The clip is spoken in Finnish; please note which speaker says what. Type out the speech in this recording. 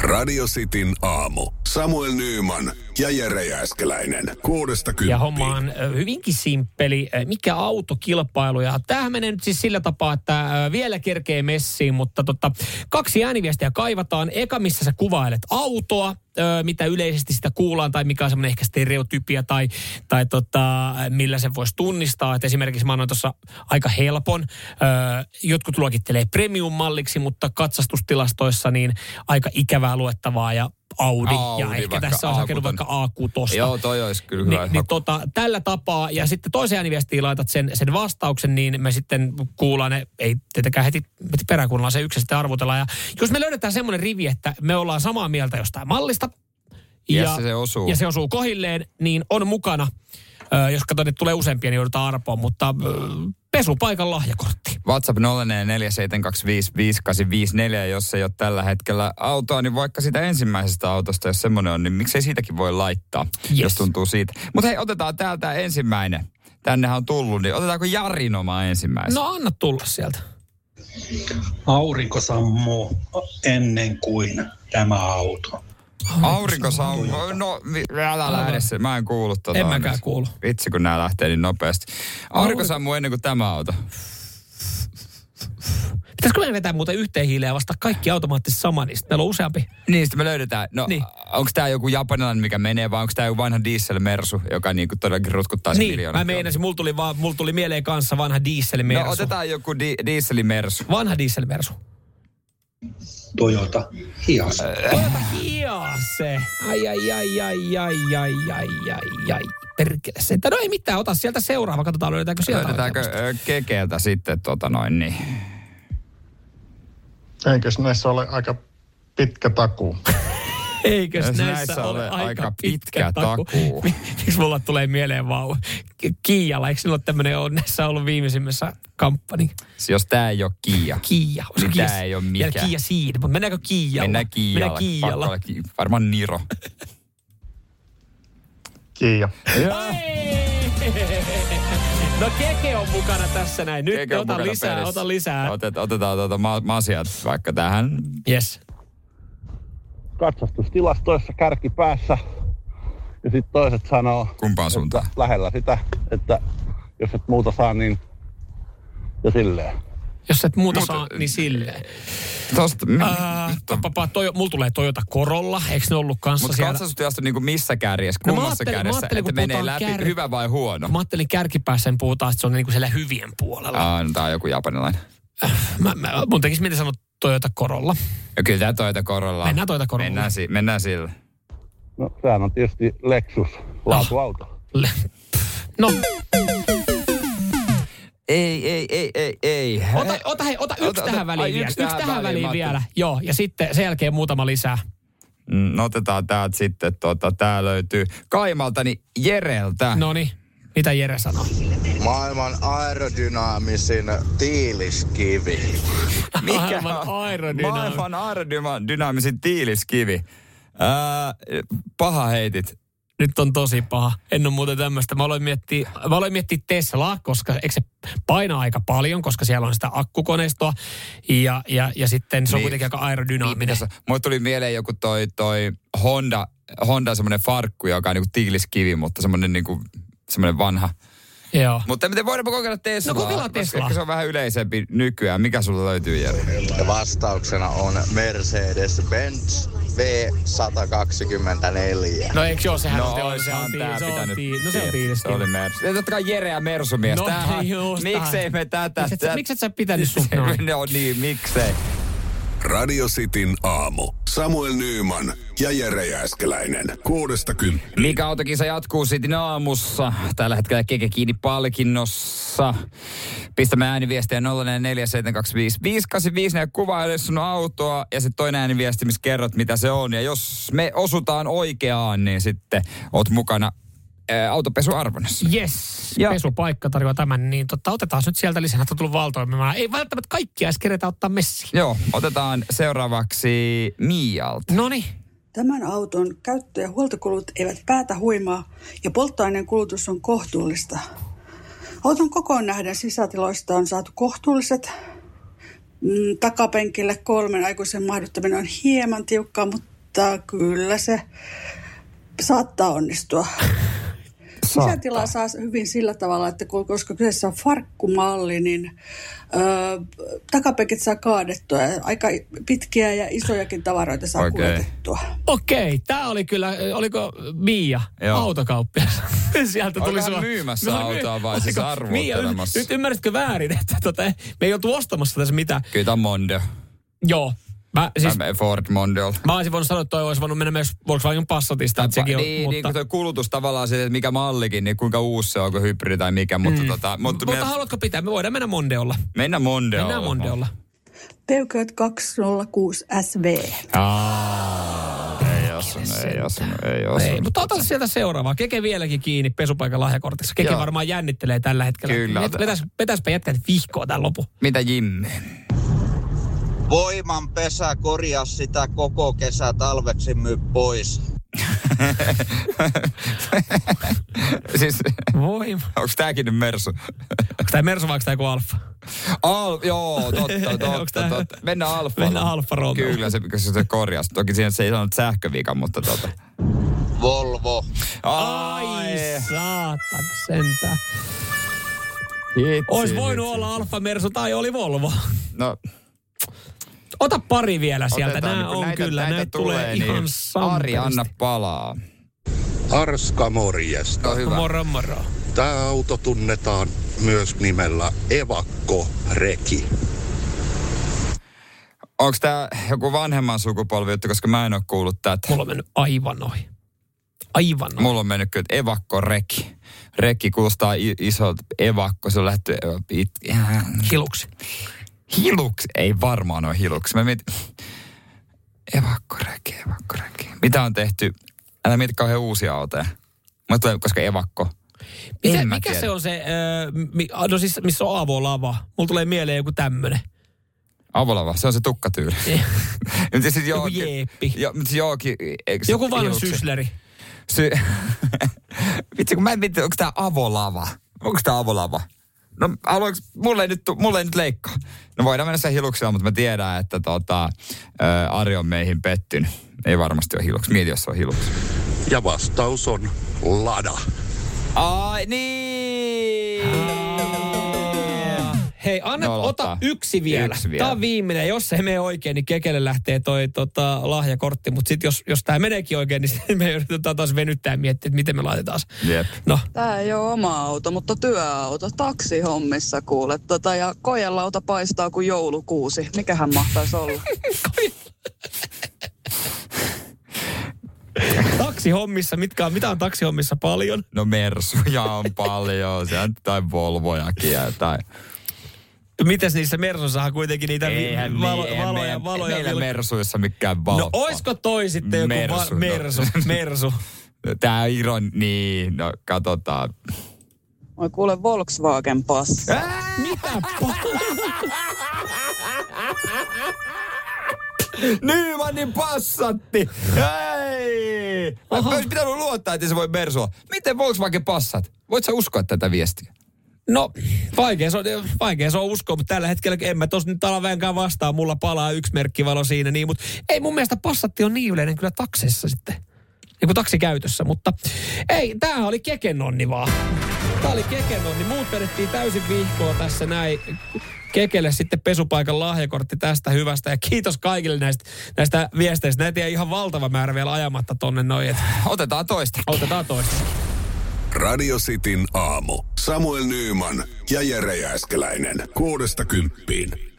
Speaker 1: Radio Cityn aamu. Samuel Nyyman ja Jere Jääskeläinen. Kuudesta
Speaker 2: Ja
Speaker 1: kymppiin.
Speaker 2: homma on ö, hyvinkin simppeli. Ö, Mikä autokilpailu? Ja tämähän menee nyt siis sillä tapaa, että ö, vielä kerkee messiin, mutta tota, kaksi ääniviestiä kaivataan. Eka, missä sä kuvailet autoa, ö, mitä yleisesti sitä kuullaan, tai mikä on semmoinen ehkä stereotypia, tai, tai tota, millä sen voisi tunnistaa. Et esimerkiksi mä annoin tuossa aika helpon. Ö, jotkut luokittelee premium-malliksi, mutta katsastustilastoissa niin aika ikävää luettavaa ja Audi. ja
Speaker 3: Audi,
Speaker 2: ehkä
Speaker 3: vaikka
Speaker 2: tässä on hakenut
Speaker 3: A6.
Speaker 2: vaikka A6.
Speaker 3: Joo, toi olisi kyllä hyvä.
Speaker 2: Niin, niin tota, tällä tapaa, ja sitten toiseen ääniviestiin laitat sen, sen vastauksen, niin me sitten kuullaan ne, ei tietenkään heti, heti perään kuunnellaan se yksi ja sitten arvutellaan. Ja jos me löydetään semmoinen rivi, että me ollaan samaa mieltä jostain mallista,
Speaker 3: Ja se- se osuu.
Speaker 2: ja se osuu kohilleen, niin on mukana. Ö, jos katsotaan, että tulee useampia, niin joudutaan arpoon, mutta ö, pesupaikan lahjakortti.
Speaker 3: WhatsApp 0447255854, jos ei ole tällä hetkellä autoa, niin vaikka sitä ensimmäisestä autosta, jos semmoinen on, niin miksei siitäkin voi laittaa,
Speaker 2: Yes.
Speaker 3: yes. jos tuntuu siitä. Mutta hei, otetaan täältä ensimmäinen. Tännehän on tullut, niin otetaanko Jarin oma ensimmäisenä?
Speaker 2: No anna tulla sieltä.
Speaker 4: Aurinko sammuu ennen kuin tämä auto.
Speaker 3: Aurinko sammuu. No, vi- älä lähde se. Mä en kuullut tota.
Speaker 2: En mäkään
Speaker 3: nyt.
Speaker 2: kuulu.
Speaker 3: Vitsi, kun nää lähtee niin nopeasti. Aurinko
Speaker 2: Aurinko-
Speaker 3: sammuu ennen kuin tämä auto.
Speaker 2: Pitäisikö meidän vetää muuten yhteen hiileen ja vasta kaikki automaattisesti sama, niin sitten meillä on useampi.
Speaker 3: Niin, sitten me löydetään. No,
Speaker 2: Niin.
Speaker 3: niin. onko tämä joku japanilainen, mikä menee, vai onko tämä joku vanha dieselmersu, joka niinku todellakin rutkuttaa sen
Speaker 2: Niin,
Speaker 3: miljoonat
Speaker 2: mä meinasin, mulla tuli, vaan, mulla tuli mieleen kanssa vanha dieselmersu.
Speaker 3: No otetaan joku di- dieselimersu.
Speaker 2: Vanha dieselmersu.
Speaker 4: Toyota Hias.
Speaker 3: Äh.
Speaker 2: Toyota Hiace. se. Ai, ai, ai, ai, ai, ai, ai, ai, ai. Perkele se. No ei mitään, ota sieltä seuraava. Katsotaan löydetäänkö sieltä.
Speaker 3: Löydetäänkö
Speaker 2: oikein.
Speaker 3: ö, kekeeltä sitten tota noin niin.
Speaker 5: Eikös näissä ole aika pitkä takuu?
Speaker 2: Eikös
Speaker 3: Jos
Speaker 2: näissä, ole aika pitkä, taku?
Speaker 3: takuu.
Speaker 2: Miksi mulla tulee mieleen vaan Ki- Kiijalla? Eikö sillä ole tämmöinen, on näissä ollut viimeisimmässä kamppani?
Speaker 3: Siis Jos tää ei ole Kia.
Speaker 2: Kiia. Olisiko
Speaker 3: Niin tää
Speaker 2: Kiia-
Speaker 3: ei oo mikään.
Speaker 2: Vielä Kiia siinä, mutta mennäänkö Kiijalla?
Speaker 3: Mennään Kiialla.
Speaker 2: Mennään Kiijalla.
Speaker 3: Pakko olla Ki- varmaan Niro.
Speaker 5: Kiia.
Speaker 2: No Keke on mukana tässä näin. Nyt
Speaker 3: Keke on
Speaker 2: ota
Speaker 3: mukana
Speaker 2: lisää,
Speaker 3: pelissä.
Speaker 2: ota lisää.
Speaker 3: Otet, otetaan tota ma- masiat vaikka tähän.
Speaker 2: Yes.
Speaker 6: katsastustilastoissa kärkipäässä. Ja sitten toiset sanoo
Speaker 3: Kumpaan suuntaan?
Speaker 6: lähellä sitä, että jos et muuta saa, niin ja silleen.
Speaker 2: Jos et muuta
Speaker 3: Mut- äh,
Speaker 2: saa, niin silleen.
Speaker 3: Tosta, m-
Speaker 2: Äh, papapa, toi, mulla tulee Toyota Corolla. Eikö ne ollut kanssa
Speaker 3: mutta
Speaker 2: siellä?
Speaker 3: katsastustilasto niinku missä kärjessä,
Speaker 2: No mä
Speaker 3: kummassa
Speaker 2: ajattelin- mä
Speaker 3: kärjessä,
Speaker 2: ajattelin,
Speaker 3: että
Speaker 2: kun tuota
Speaker 3: menee
Speaker 2: puhutaan
Speaker 3: läpi,
Speaker 2: kär-
Speaker 3: hyvä vai huono?
Speaker 2: Mä ajattelin kärkipäässä, niin puhutaan, että se on niinku siellä hyvien puolella.
Speaker 3: Ah, no, tää on joku japanilainen.
Speaker 2: Mä, mä, mun tekisi mieli sanoa Toyota Corolla.
Speaker 3: Ja kyllä tää Toyota Corolla. on.
Speaker 2: Mennään Toyota Corolla.
Speaker 3: Ah. Mennään, si- mennään sillä.
Speaker 6: No sehän on tietysti Lexus, laatuauto.
Speaker 2: Le- No,
Speaker 3: Ei, ei, ei, ei, ei.
Speaker 2: ota, ota, hei, ota yksi
Speaker 3: Ota- ota-
Speaker 2: tähän väliin
Speaker 3: ai,
Speaker 2: vielä. Yksi tähän, väliin,
Speaker 3: mä ajattelin.
Speaker 2: vielä. Joo, ja sitten sen jälkeen muutama lisää.
Speaker 3: Mm, No otetaan täältä sitten, tota, tää löytyy Kaimalta, niin Jereltä.
Speaker 2: No niin, mitä Jere sanoo?
Speaker 7: Maailman aerodynaamisin tiiliskivi.
Speaker 2: Maailman aerodynaam-
Speaker 3: Maailman aerodynaamisin tiiliskivi. Ää, paha heitit.
Speaker 2: Nyt on tosi paha. En ole muuten tämmöistä. Mä aloin miettiä, mä aloin miettiä Teslaa, koska eikö se painaa aika paljon, koska siellä on sitä akkukoneistoa. Ja, ja, ja sitten se on
Speaker 3: Niin.
Speaker 2: kuitenkin aika aerodynaaminen.
Speaker 3: Tässä- Mulle tuli mieleen joku toi, toi Honda, Honda semmoinen farkku, joka on niinku tiiliskivi, mutta semmoinen niinku, semmoinen vanha.
Speaker 2: Joo.
Speaker 3: Mutta miten voidaanpa kokeilla Teslaa?
Speaker 2: No kokeillaan
Speaker 3: Koska
Speaker 2: Teslaa.
Speaker 3: ehkä se on vähän yleisempi nykyään. Mikä sulla löytyy, Jere?
Speaker 7: Ja vastauksena on Mercedes-Benz V124.
Speaker 2: No eikö joo, sehän on, se on, se
Speaker 3: oishan
Speaker 2: on,
Speaker 3: tää
Speaker 2: tii- se on,
Speaker 3: pitänyt
Speaker 2: tii- no se on
Speaker 3: tietää.
Speaker 2: tiiliski.
Speaker 3: Se oli Mersu. Ja totta kai Jere ja Mersu mies.
Speaker 2: No,
Speaker 3: Tämähän,
Speaker 2: just
Speaker 3: miksei
Speaker 2: näin.
Speaker 3: me tätä...
Speaker 2: Mikset sä-
Speaker 3: tä-
Speaker 2: mikset sä pitänyt sun noin?
Speaker 3: No niin, miksei.
Speaker 1: Radio Cityn aamu. Samuel Nyyman ja Jere Jääskeläinen. Kuudesta kymppiin.
Speaker 3: Mika Autokisa jatkuu sitten aamussa. Tällä hetkellä keke kiinni palkinnossa. Pistämme ääniviestejä 0447255854 ja kuvaile sun autoa ja sitten toinen ääniviesti, missä kerrot mitä se on. Ja jos me osutaan oikeaan, niin sitten oot mukana ää,
Speaker 2: Mm.
Speaker 3: autopesuarvonnassa.
Speaker 2: Yes,
Speaker 3: Ja-
Speaker 2: pesupaikka tarjoaa tämän, niin tota, otetaan nyt sieltä lisää. Näitä on tullut valtoimemaan. Ei välttämättä kaikkia edes keretä ottaa messiin.
Speaker 3: Joo, otetaan seuraavaksi Mialta.
Speaker 2: No niin,
Speaker 8: Tämän auton käyttö- ja huoltokulut eivät päätä huimaa ja polttoaineen kulutus on kohtuullista. Auton kokoon nähden sisätiloista on saatu kohtuulliset. Mm, takapenkille kolmen aikuisen mahduttaminen on hieman tiukkaa, mutta mutta kyllä se saattaa onnistua. Sisätilaa saa hyvin sillä tavalla, että kun- koska kyseessä on farkkumalli, niin ö, takapenkit saa kaadettua. ja Aika pitkiä ja isojakin tavaroita saa
Speaker 3: Oikein.
Speaker 8: okay. kuljetettua.
Speaker 2: Okei, tämä oli kyllä, oliko Miia
Speaker 3: Joo.
Speaker 2: autokauppias? Sieltä tuli
Speaker 3: Oliko hän
Speaker 2: sua-
Speaker 3: myymässä
Speaker 2: No, myy-
Speaker 3: autoa vai siis
Speaker 2: Oliko- Miia, nyt-
Speaker 3: arvuuttelemassa?
Speaker 2: nyt ymmärsitkö väärin, että tota, me ei oltu ostamassa tässä mitään.
Speaker 3: Kyllä tämä on Mondeo.
Speaker 2: Siis- Joo, mä, siis,
Speaker 3: Siis... Ford Mondeo.
Speaker 2: mä olisin voinut sanoa, että toi olisi voinut mennä myös Volkswagen Passatista, että sekin on,
Speaker 3: niin, niin
Speaker 2: mutta...
Speaker 3: kun toi kulutus tavallaan se, että mikä mallikin, niin kuinka uusi se on, onko hybridi tai mikä.
Speaker 2: Mm.
Speaker 3: Mutta, tota, mutta,
Speaker 2: mutta
Speaker 3: mutta me,
Speaker 2: haluatko pitää? Me voidaan mennä Mondeolla.
Speaker 3: mennä Mondeolla.
Speaker 2: Mennään Mondeolla.
Speaker 8: Peugeot 206 SV.
Speaker 3: Aa, ei osunut, ei osunut, ei
Speaker 2: Ei,
Speaker 3: osunut.
Speaker 2: mutta ota sieltä seuraavaa. Keke vieläkin kiinni pesupaikan lahjakortissa. Keke
Speaker 3: Joo.
Speaker 2: varmaan jännittelee tällä hetkellä.
Speaker 3: Kyllä.
Speaker 2: Met- Vetäs, vetäspä jätkät vihkoa tämän lopun.
Speaker 3: Mitä Jimmy?
Speaker 7: Voiman pesä korjaa sitä koko kesä talveksi myy pois.
Speaker 3: siis,
Speaker 2: Voi.
Speaker 3: onks tääkin nyt Mersu?
Speaker 2: Onko tämä Mersu vai onko tämä joku Alfa?
Speaker 3: Al, joo, totta,
Speaker 2: Onks
Speaker 3: totta,
Speaker 2: tää-
Speaker 3: totta. Mennään Alfa.
Speaker 2: Mennään Alfa Romeo.
Speaker 3: Kyllä, se, kun se, se korjasi. Toki siinä se ei sanonut sähkövika, mutta tota.
Speaker 7: Volvo.
Speaker 2: Ai saatana sentään.
Speaker 3: hitsi,
Speaker 2: Ois voinut
Speaker 3: hitsi.
Speaker 2: olla Alfa Mersu tai oli Volvo.
Speaker 3: No,
Speaker 2: Ota pari vielä sieltä.
Speaker 3: otetaan,
Speaker 2: Nämä
Speaker 3: niin kun
Speaker 2: on
Speaker 3: näitä,
Speaker 2: kyllä.
Speaker 3: näitä
Speaker 2: Näitä tulee
Speaker 3: niin
Speaker 2: ihan
Speaker 3: Ari, anna
Speaker 2: samperista.
Speaker 3: palaa.
Speaker 9: Arska morjesta.
Speaker 3: No hyvä.
Speaker 2: Moro, moro.
Speaker 9: Tämä auto tunnetaan myös nimellä evakkoreki.
Speaker 3: Onko tämä joku vanhemman sukupolvi juttu, koska mä en ole kuullut tätä.
Speaker 2: Mulla on mennyt aivan ohi. Aivan ohi.
Speaker 3: Mulla on mennyt kyllä että evakkoreki. Rekki kuulostaa i- isolta evakko. Se on lähty it,
Speaker 2: Hiluksi.
Speaker 3: hiluksi. Ei varmaan ole hiluksi. Mä mietin, evakkoreki, evakkoreki. Mitä on tehty? Älä mieti kauhean uusia autoja. Mä tulen, koska evakko.
Speaker 2: Mitä,
Speaker 3: En mä
Speaker 2: mikä
Speaker 3: tiedä.
Speaker 2: se on se, öö, mi, no siis, missä on avolava? Mulla tulee mieleen joku tämmönen.
Speaker 3: Avolava, se on se tukkatyyli. Mutta sit
Speaker 2: Joku
Speaker 3: johonkin-
Speaker 2: jeeppi.
Speaker 3: Jo, mutta johonkin, eikö se-
Speaker 2: Joku vanha
Speaker 3: hiluksi?
Speaker 2: sysleri.
Speaker 3: Sy... Vitsi, kun mä en mietti, onko tää avolava? Onko tää avolava? No, haluanko, mulle ei nyt, tu- mulle ei nyt leikkaa. No voidaan mennä sen hiluksella, mutta mä tiedän, että tota, ä, Ari on meihin pettynyt. Ei varmasti ole hiluksi. Mieti, jos se on hiluksi.
Speaker 9: Ja vastaus on Lada.
Speaker 3: Ai niin!
Speaker 2: Hei, anna,
Speaker 3: No,
Speaker 2: ota
Speaker 3: ottaa.
Speaker 2: yksi vielä.
Speaker 3: Yksi
Speaker 2: Yksi
Speaker 3: vielä.
Speaker 2: vielä. Tämä on viimeinen. Jos se menee oikein, niin kekelle lähtee toi tota, lahjakortti. Mutta sitten jos, jos tämä meneekin oikein, niin sitten me yritetään taas venyttää ja miettiä, että miten me laitetaan se.
Speaker 3: Jep.
Speaker 2: No,
Speaker 10: Tää ei ole oma auto, mutta työauto. Taksihommissa kuule. Tota, ja kojelauta paistaa kuin joulukuusi. Mikähän mahtaisi olla?
Speaker 2: taksihommissa, mitkä on, mitä on taksihommissa paljon?
Speaker 3: No Mersuja on paljon, se on- tai Volvojakin ja tai...
Speaker 2: Mites niissä Mersossa on kuitenkin niitä vi-
Speaker 3: Eihän
Speaker 2: valo,
Speaker 3: niin, eihän
Speaker 2: valoja,
Speaker 3: meidän-
Speaker 2: valoja
Speaker 3: meillä
Speaker 2: vilk-
Speaker 3: Mersuissa mikään valppa.
Speaker 2: No oisko toi sitten joku
Speaker 3: Mersu,
Speaker 2: mersu,
Speaker 3: no.
Speaker 2: va- mersu, mersu.
Speaker 3: Tää Iron, niin, no katsotaan.
Speaker 10: Oi kuule Volkswagen passi.
Speaker 2: Mitä pa-
Speaker 3: Nymanin niin passatti! Hei! Mä mä ois pitänyt luottaa, että se voi mersua. Miten Volkswagen passat? Voit sä uskoa tätä viestiä?
Speaker 2: No, vaikea se, on, vaikea se on uskoa, mutta tällä hetkellä en mä tos nyt ala vähänkään vastaan. Mulla palaa yksi merkkivalo siinä, niin, mutta ei mun mielestä passatti on niin yleinen kyllä taksessa sitten. Niin kuin taksikäytössä, mutta ei, tämähän oli kekenonni vaan. Tää oli kekenonni. Muut vedettiin täysin vihkoa tässä näin. Kekelle sitten pesupaikan lahjakortti tästä hyvästä. Ja kiitos kaikille näistä, näistä viesteistä. Näitä jäi ihan valtava määrä vielä ajamatta tonne noin. et
Speaker 3: Otetaan toista.
Speaker 2: Otetaan toista.
Speaker 1: Radio Cityn aamu. Samuel Nyyman ja Jere Jääskeläinen. Kuudesta kymppiin.